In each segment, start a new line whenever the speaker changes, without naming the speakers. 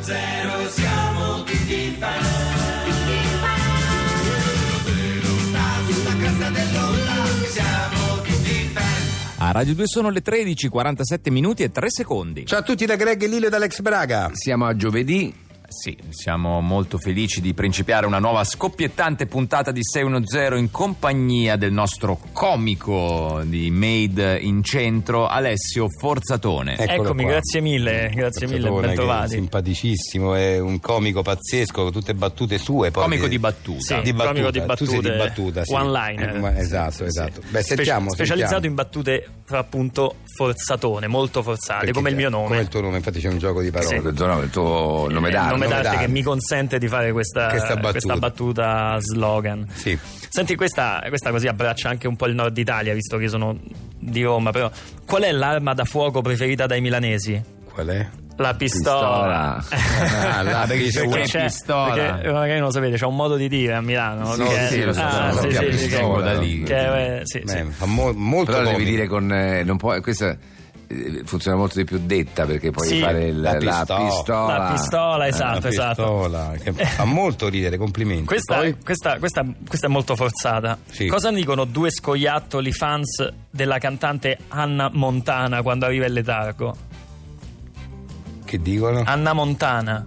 zero siamo tutti fan. Lo sta sulla cresta dell'onda, siamo tutti fan.
A Radio 2 sono le 13, 47 minuti e 3 secondi.
Ciao a tutti da Greg Lillo e da Alex Braga.
Siamo a giovedì,
Sì, siamo molto felici di principiare una nuova scoppiettante puntata di 610 in compagnia del nostro comico di Made in Centro, Alessio Forzatone.
Ecco,
Eccolo
Eccomi,
qua.
grazie mille, grazie mille,
Cazzatone,
bentrovati.
che è Simpaticissimo, è un comico pazzesco, con tutte battute sue. Poi
Comico di battuta.
Sì,
Tu
comico di
sei di
battute,
battuta, sì.
one liner.
Eh, ma- esatto, esatto. Beh,
Spe-
sentiamo,
specializzato
sentiamo.
in battute, fra appunto, forzatone, molto forzate,
Perché
come il mio nome.
Come il tuo nome, infatti c'è un gioco di
Sì.
parole.
il tuo nome, il tuo nome
Eh,
d'arte.
nome d'arte
d'arte.
che mi consente di fare questa,
Questa battuta.
questa battuta slogan.
Sì.
Senti, questa, questa così abbraccia anche un po' il nord Italia, visto che io sono di Roma, però qual è l'arma da fuoco preferita dai milanesi?
Qual è?
La pistola.
Pistola. Ah, là, perché c'è una
c'è-
pistola.
perché magari non lo sapete, c'è un modo di dire a Milano.
Sì,
che-
sì, lo so,
ah,
lo so,
sì,
la
sì, sì,
pistola,
che-
da lì.
che- eh, sì, sì.
Beh, fa mo- molto
Però devi
comico.
dire con. eh, non puoi- questa eh, funziona molto di più detta perché puoi
Sì,
fare il-
la
la,
pistola.
pistola.
La pistola, esatto,
Ah, Una
esatto.
pistola, che fa molto ridere, complimenti.
Questa,
Poi-
questa- questa- questa è molto forzata.
Sì.
Cosa dicono due scoiattoli fans della cantante Anna Montana quando arriva il letargo?
che dicono?
Anna Montana.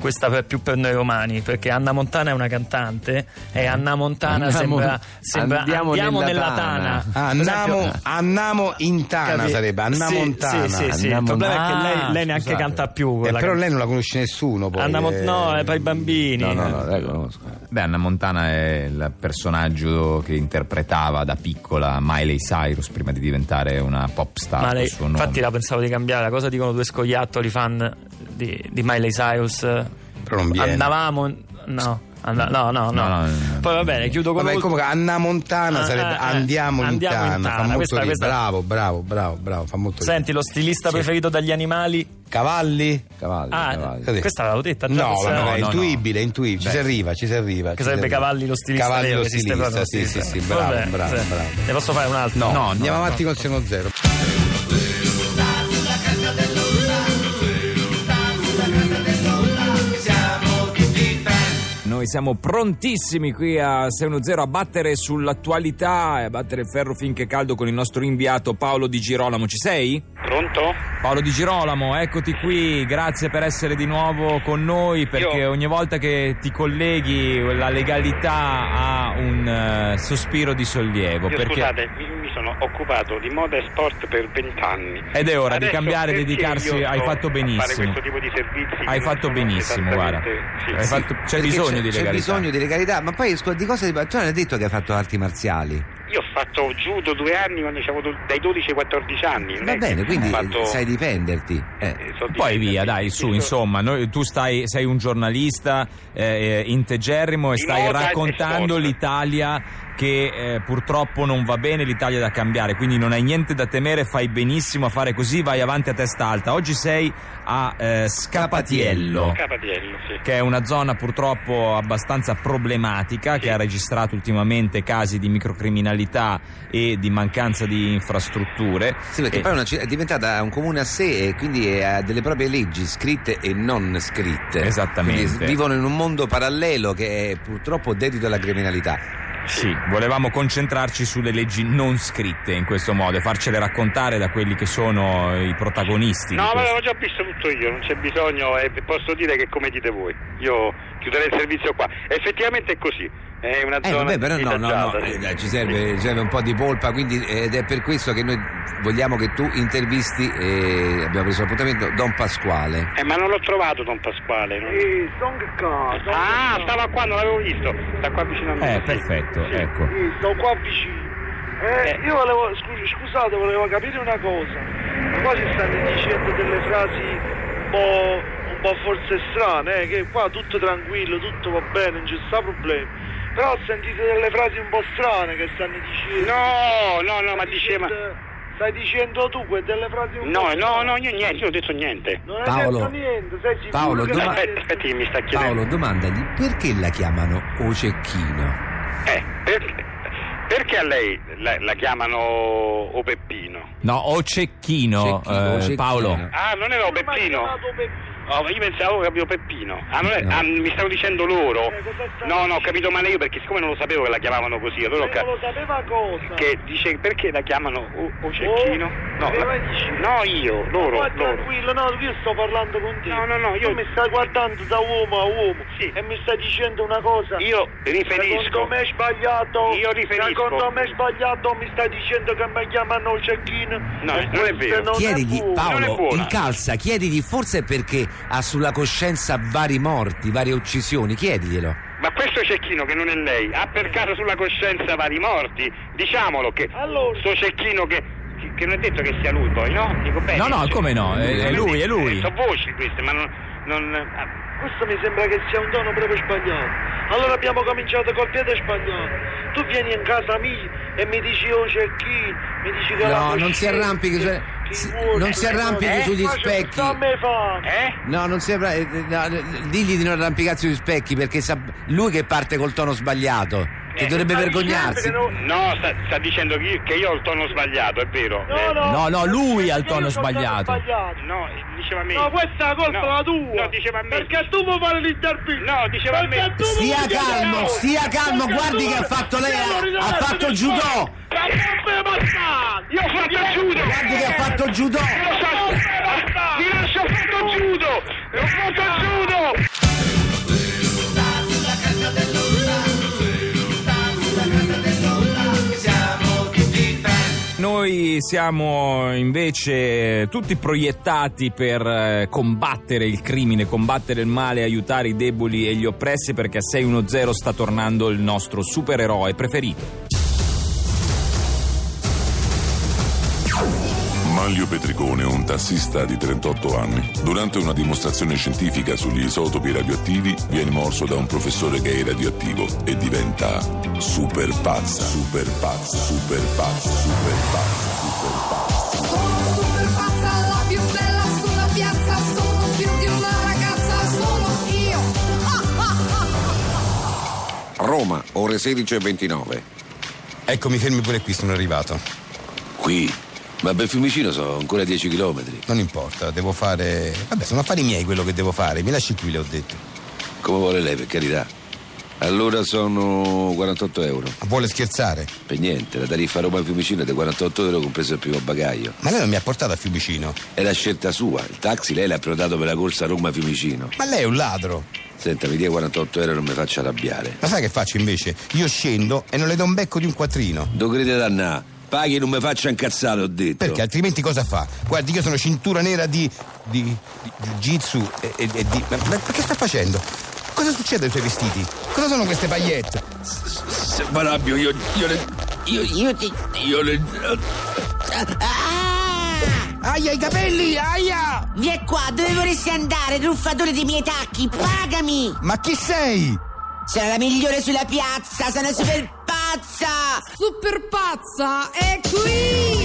Questa per più per noi romani, perché Anna Montana è una cantante e Anna Montana
Andiamo-
sembra, sembra
andiamo nella tana.
tana.
Annamo, annamo in Tana
Capi-
sarebbe, Anna
Sì,
Montana.
Sì, sì, sì. Il
Anna
problema è che
Montana.
lei, lei neanche
Scusate.
canta più.
Eh,
quella
però
can-
lei non la conosce nessuno poi.
Anna Mont-
eh.
no, è per i bambini. Eh,
No, no, no, dai, conosco.
Beh, Anna Montana è il personaggio che interpretava da piccola Miley Cyrus prima di diventare una pop star.
Ma
col
lei-
suo nome.
infatti la pensavo di cambiare. Cosa dicono due scoiattoli fan di, di Miley Cyrus? Però
non viene.
Andavamo. No. and- no, no, no,
No, no, no, no.
Poi va bene, chiudo con
Vabbè,
l'ultima.
comunque Anna Montana
Ah,
sarebbe
eh,
Andiamo,
Andiamo in
in Tana, fa
Tana,
molto
questa-
ridere.
questa-
Bravo, bravo, bravo, bravo, fa molto ridere.
Senti, lo stilista
Sì.
preferito dagli animali?
Cavalli?
Cavalli,
Ah,
cavalli.
Così.
questa l'avevo detta già.
No,
questa-
vabbè,
no,
è
no,
intuibile, è intuibile, ci si
Beh.
arriva, ci si arriva.
Che sarebbe Cavalli lo stilista.
Cavalli
vero,
lo
esiste
stilista,
proprio lo
sì, sì,
stilista.
sì, bravo,
Vabbè,
bravo,
sì.
bravo.
Ne posso fare un altro?
No,
No,
andiamo
no,
avanti con Seno Zero.
Siamo tutti fan.
Noi siamo prontissimi qui a 610 a battere sull'attualità e a battere il ferro finché è caldo con il nostro inviato Paolo Di Girolamo. Ci sei?
Pronto?
Paolo Di Girolamo, eccoti qui, grazie per essere di nuovo con noi perché
Io-
ogni volta che ti colleghi la legalità ha un eh, sospiro di
Ecco,
sollievo.
Io
perché...
scusate, mi, mi sono occupato di moda e sport per vent'anni.
Ed è ora di
Adesso
cambiare e
perché
dedicarsi.
io
Hai
sto
fatto
a Fare
benissimo.
questo tipo di servizi. che
Hai
non
fatto
sono
benissimo, guarda.
esattamente- sì.
Hai fatto- C'è
Perché
bisogno
c'è-
di
C'è
legalità.
bisogno di legalità, ma poi scusa, di cosa ti parli? Tu non hai detto che hai fatto arti marziali.
Io ho fatto judo due anni quando avevo dai 12 ai 14 anni. non
Va
è che
bene, quindi
ho fatto-
sai difenderti. Eh.
eh, so di-
Poi via, dai,
Sì,
su,
so-
insomma, noi- tu stai, sei un giornalista eh, eh, integerrimo e
Di
stai
moda e
raccontando
sport.
l'Italia che eh, purtroppo non va bene, l'Italia da cambiare, quindi non hai niente da temere, fai benissimo a fare così, vai avanti a testa alta. Oggi sei a eh, Scapatiello.
Capatiello, sì.
Che è una zona purtroppo abbastanza problematica, che
Sì.
ha registrato ultimamente casi di microcriminalità e di mancanza di infrastrutture.
Sì, perché
Eh,
poi è una ci- è diventata un comune a sé e quindi è- ha delle proprie leggi scritte e non scritte.
Esattamente.
Quindi s- vivono in un mondo parallelo che è purtroppo dedito alla criminalità.
Sì, volevamo concentrarci sulle leggi non scritte in questo modo e farcele raccontare da quelli che sono i protagonisti.
No,
di
ma
questo.
l'ho già visto tutto io, non c'è bisogno e posso dire che come dite voi. Io chiuderei il servizio qua. Effettivamente è così. È una
Eh,
zona
vabbè, però no, no, no,
disagiata, sì.
eh, dai, ci, serve, ci serve un po' di polpa, quindi ed è per questo che noi vogliamo che tu intervisti, eh, abbiamo preso l'appuntamento, Don Pasquale.
Eh, ma non l'ho trovato Don Pasquale. non-
Sì, Song Ka. Song
Ah,
Ka.
stava qua, non l'avevo visto. Sta qua vicino a me.
Eh,
sì.
perfetto,
Sì.
ecco.
Sì, sto qua vicino. Eh,
Eh.
Io volevo, scu- scusate, volevo capire una cosa. Ma qua si stanno dicendo delle frasi un po', un po' forse strane, eh, che qua tutto tranquillo, tutto va bene, non ci sta problema. Però ho sentito delle frasi un po' strane che stanno dicendo.
No, no, no, ma
Stai
diceva...
dicendo- Stai dicendo tu que- delle frasi un po'
No, no,
strane.
no, io niente, io non ho detto niente.
Non hai
Paolo.
detto niente, sei sicuro
Paolo,
che
dove-
l'hai
Aspetta,
detto?
aspetta che mi sta
Paolo,
chiedendo.
domandagli perché la chiamano Ocecchino?
Eh, per- perché a lei la, la chiamano O Peppino?
No, o Cecchino,
Cecchino,
eh,
Cecchino.
Paolo.
Ah, non era O
Come mai
Peppino?
chiamato Peppino?
Oh, ma io pensavo che avevo Peppino. Ah, non è- ah, mi stavo dicendo loro.
Eh, cosa stai
No, no, ho capito male io perché siccome non lo sapevo che la chiamavano così, allora ho
Lei Eh, non lo
capito.
sapeva cosa?
Che dice perché la chiamano o, o cecchino?
Oh,
no,
che
la-
vai dici?
no, io, loro,
Ma
loro.
tranquillo, no, io sto parlando con te.
No, no, no, io-
Tu mi stai guardando da uomo a uomo
Sì.
e mi stai dicendo una cosa.
Io riferisco.
Secondo me è sbagliato.
Io riferisco.
Secondo me è sbagliato, mi stai dicendo che mi chiamano cecchino.
No,
E
non è
questo
vero.
Non è
Chiedigli,
buono.
Non è
Paolo,
buona.
incalza, chiedigli forse perché ha sulla coscienza vari morti, varie uccisioni, chiediglielo.
Ma questo cecchino che non è lei, ha per caso sulla coscienza vari morti? Diciamolo che
Allora.
sto cecchino che, che- che non è detto che sia lui poi, no? Dico bene.
No, no,
cioè,
come no? È- è
come
lui,
dice,
è lui.
eh, Sono voci queste, ma non. non- ah,
Questo mi sembra che sia un tono proprio sbagliato. Allora abbiamo cominciato col piede sbagliato. Tu vieni in casa mia e mi dici oh cecchino, mi dici che la
No, non si
coscienza,
arrampichi,
che-
cioè,
che
si-
vuole,
non si
eh,
arrampichi
eh,
sugli
ma c'è-
specchi.
sta a me fa.
eh?
No, non sembra. eh, no, eh, digli di non arrampicarsi sugli specchi perché sa- lui che parte col tono sbagliato, che
Eh,
dovrebbe
Ma
vergognarsi.
dicendo che non-
No, sta, sta dicendo che io, che io ho il tono sbagliato, è vero. Eh,
No, no, lui ha il
Perché
tono
io sono
sbagliato.
sbagliato.
No, diceva a me.
No, questa è la colpa
No,
la tua.
No, diceva a me.
Perché tu vuoi fare l'intervista.
No, diceva a me.
Perché tu vuoi
Stia
fare
calmo,
l'intervista.
stia calmo,
Perché
guardi
tu
che ha
vuoi-
fatto lei,
Devo
ha, ha
ridarti
fatto
del
judo,
fuoco. Ma non mi bastare.
Io ho fatto il judo!
guardi che ha fatto judo.
Io ho fatto- Vi lascio ho fatto il judo! Ho fatto il judo!
Noi siamo invece tutti proiettati per eh, combattere il crimine, combattere il male, aiutare i deboli e gli oppressi perché a 610 sta tornando il nostro supereroe preferito.
Manlio Petricone è un tassista di 38 anni. Durante una dimostrazione scientifica sugli isotopi radioattivi viene morso da un professore che è radioattivo e diventa super pazza, super pazza, super pazza, super pazza, super pazza.
Sono super pazza, la più bella sulla piazza, sono più di una ragazza, sono io.
Roma, ore 16 e 29.
Ecco, mi fermi pure qui, sono arrivato.
Qui? Ma per Fiumicino sono ancora 10 km.
Non importa, devo fare. Vabbè, sono affari miei quello che devo fare. Mi lasci qui, le ho detto.
Come vuole lei, per carità. Allora sono 48 euro.
Ma vuole scherzare?
Per niente, la tariffa Roma-Fiumicino è di 48 euro compreso il primo bagaglio.
Ma lei non mi ha portato a Fiumicino.
È la scelta sua. Il taxi lei l'ha prenotato per la corsa Roma-Fiumicino.
Ma lei è un ladro.
Senta, mi dia 48 euro e non mi faccia arrabbiare.
Ma sai che faccio invece? Io scendo e non le do un becco di un quattrino.
Non crede dannà. Paghi e non mi faccia incazzare, ho detto.
Perché altrimenti cosa fa? Guardi, io sono cintura nera di. di. di jiu-jitsu e, e- e di. Ma, ma che sta facendo? Cosa succede ai suoi vestiti? Cosa sono queste pagliette?
Se mi arrabbio, io... Io... le- Io... Io... ti- Io... le-
Aia, i capelli! Aia!
Vieni Ah! qua, dove vorresti andare, truffatore dei miei tacchi? Pagami!
Ma chi sei?
Sono la migliore sulla piazza, sono super pazza! Super pazza è qui!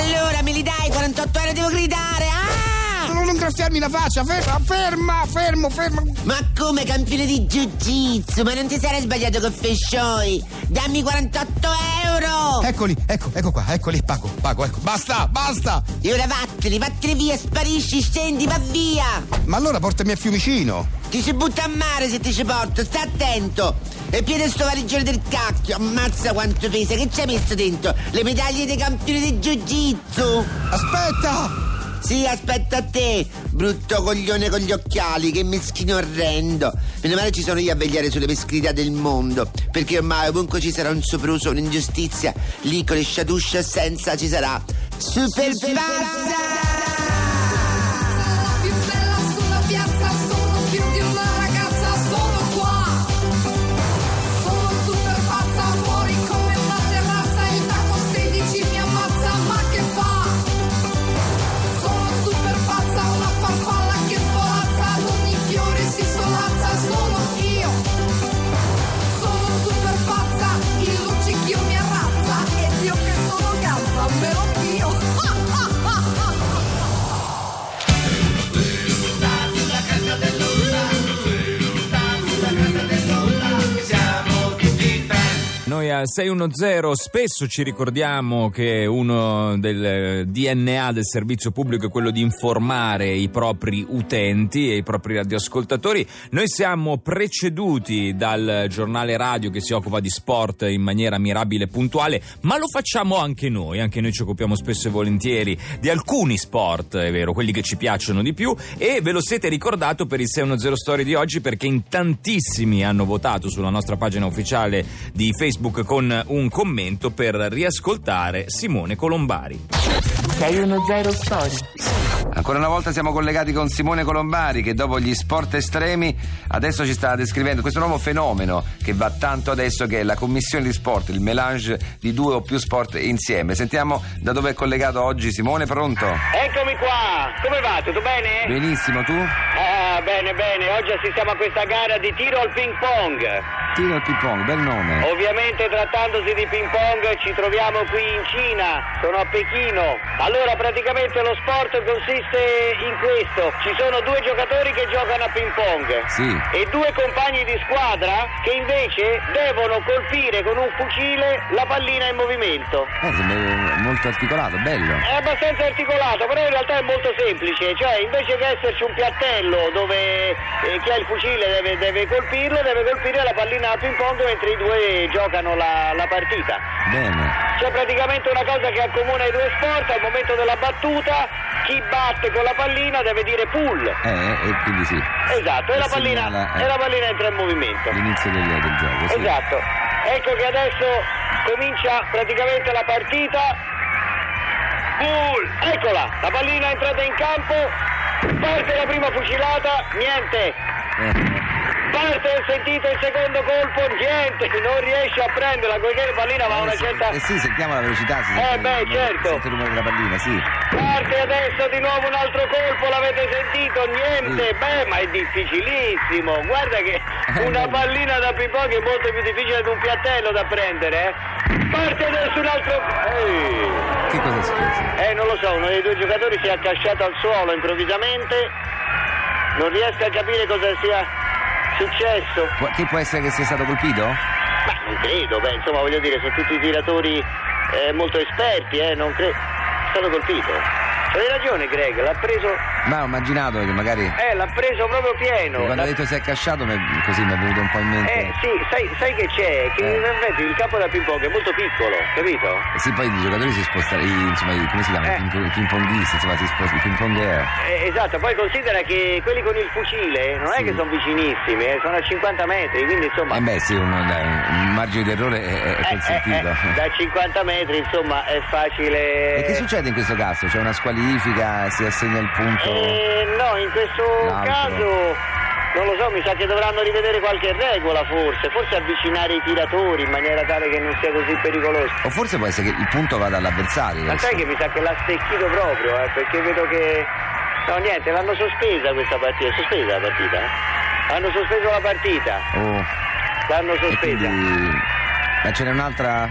Allora me li dai 48 euro devo gridare! Ah!
Non graffiarmi la faccia! Ferma, ferma, fermo, fermo!
Ma come campione di jiu-jitsu? Ma non ti sarei sbagliato con Fescioi! Dammi 48 euro!
Eccoli, ecco, ecco qua, eccoli, Paco, Paco, ecco. Basta, basta!
E ora vattene, vattene via, sparisci, scendi, va via!
Ma allora portami a Fiumicino!
Ti ci butta a mare se ti ci porto, sta attento! E piede sto valigione del cacchio, ammazza quanto pesa, che ci hai messo dentro? Le medaglie dei campioni di jiu-jitsu!
Aspetta!
Sì, aspetta a te, brutto coglione con gli occhiali, che meschino orrendo. Meno male ci sono io a vegliare sulle pescrità del mondo, perché ormai ovunque ci sarà un sopruso, un'ingiustizia, lì con le sciatusce senza ci sarà. Super pazza!
La più bella sulla piazza, sono più di una ragazza, sono qua. Sono super pazza, fuori come una terrazza, il taco 16 mi ammazza, ma che fa? Sono super pazza, una farfalla che svolazza, ad ogni fiore si solazza, sono io. Sono super pazza, il luccichio mi arrazza, e Dio che sono gazza, me lo dio.
noi al 610 spesso ci ricordiamo che uno del eh, DNA del servizio pubblico è quello di informare i propri utenti e i propri radioascoltatori. Noi siamo preceduti dal giornale radio che si occupa di sport in maniera mirabile e puntuale, ma lo facciamo anche noi, anche noi ci occupiamo spesso e volentieri di alcuni sport, è vero, quelli che ci piacciono di più e ve lo siete ricordato per il 610 Story di oggi perché in tantissimi hanno votato sulla nostra pagina ufficiale di Facebook con un commento per riascoltare Simone Colombari.
610 Story.
Ancora una volta siamo collegati con Simone Colombari che dopo gli sport estremi adesso ci sta descrivendo questo nuovo fenomeno che va tanto adesso che è la commissione di sport, il melange di due o più sport insieme. Sentiamo da dove è collegato oggi Simone, pronto?
Eccomi qua, come va? Tutto bene?
Benissimo, tu?
Ah, bene, bene, oggi assistiamo a questa gara di tiro al ping pong.
Tiro al ping pong, bel nome.
Ovviamente trattandosi di ping pong ci troviamo qui in Cina, sono a Pechino. Allora praticamente lo sport consiste in questo, ci sono due giocatori che giocano a ping pong
Sì.
e due compagni di squadra che invece devono colpire con un fucile la pallina in movimento.
Eh, sembra molto articolato, bello.
È abbastanza articolato, però in realtà è molto semplice, cioè invece che esserci un piattello dove eh, chi ha il fucile deve, deve colpirlo, deve colpire la pallina a ping pong mentre i due giocano la, la partita.
Bene.
C'è praticamente una cosa che accomuna i due sport, al momento della battuta chi batte con la pallina deve dire pull.
Eh, eh, e quindi sì.
Esatto, e la
Eh, segnala,
pallina,
eh.
e la pallina entra in movimento.
L'inizio del, del gioco, sì.
Esatto, ecco che adesso comincia praticamente la partita. Gol! Eccola, la pallina è entrata in campo, parte la prima fucilata, niente.
Eh.
Parte, sentite il secondo colpo, niente, non riesce a prenderla, poiché la pallina va a una certa...
Eh sì, sentiamo la velocità. Si
Eh,
sente-
beh, certo.
Sente il rumore della pallina, sì.
Parte adesso di nuovo un altro colpo, l'avete sentito? Niente, beh, ma è difficilissimo. Guarda che una pallina da pipocchi è molto più difficile di un piattello da prendere. eh. Parte adesso un altro... Ehi.
Che cosa è successo?
Eh, non lo so, uno dei due giocatori si è accasciato al suolo improvvisamente. Non riesco a capire cosa sia successo.
Può- Che può essere che sia stato colpito?
Ma non credo, beh, insomma, voglio dire, sono tutti tiratori eh, molto esperti, eh, non credo. È stato colpito. Hai ragione, Greg, l'ha preso
Ma ho immaginato che magari.
Eh, l'ha preso proprio pieno.
quando ha detto si è casciato, mi- così mi è venuto un po' in mente.
Eh, sì, sai, sai che c'è? Che
Eh.
in effetti il campo da ping pong è molto piccolo, capito?
Eh Sì, poi i giocatori si spostano, i- insomma, i- come si chiama? I
Eh.
ping- I ping ponghisti, insomma, si spostano, i ping pongher.
Eh, esatto, poi considera che quelli con il fucile non è che sono vicinissimi, eh, sono a 50 metri, quindi insomma...
Eh beh, sì, un, un margine d'errore è, è
eh,
consentito.
eh, eh, da 50 metri insomma è facile...
E che succede in questo caso? C'è una squalifica, si assegna il punto.
Eh, no, in questo
L'altro.
caso non lo so, mi sa che dovranno rivedere qualche regola forse, forse avvicinare i tiratori in maniera tale che non sia così pericoloso.
O forse può essere che il punto vada all'avversario.
Ma
adesso.
sai che mi sa che l'ha stecchito proprio, eh, perché vedo che... No, niente, l'hanno sospesa questa partita, è sospesa la partita, eh? Hanno sospeso la partita,
Oh,
l'hanno
e quindi.
sospesa.
Ma ce n'è un'altra?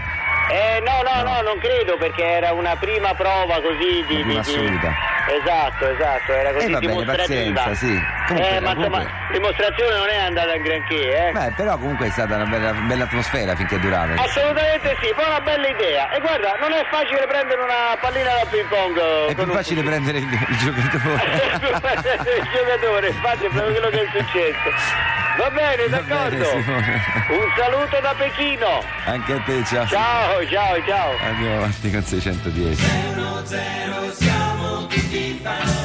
Eh, no, no, no, non credo, perché era una prima prova così di...
Una prima
di- di-
assoluta.
Esatto, esatto, era così
Eh, va bene,
dimostrativa.
pazienza, sì. Comunque,
eh, ma
comunque.
insomma, dimostrazione non è andata in granché, eh.
Beh, però comunque è stata una bella, bella atmosfera finché è durata.
Assolutamente sì, poi una bella idea. E guarda, non è facile prendere una pallina da ping pong. eh,
È
con
più
un Eh,
facile
fucile.
prendere il, il giocatore.
il giocatore, infatti è proprio quello che è successo. Va bene, d'accordo.
Simone.
Un saluto da Pechino.
Anche a te, ciao.
Ciao, ciao, ciao.
Andiamo avanti con 610.
Zero, zero, siamo tutti fan.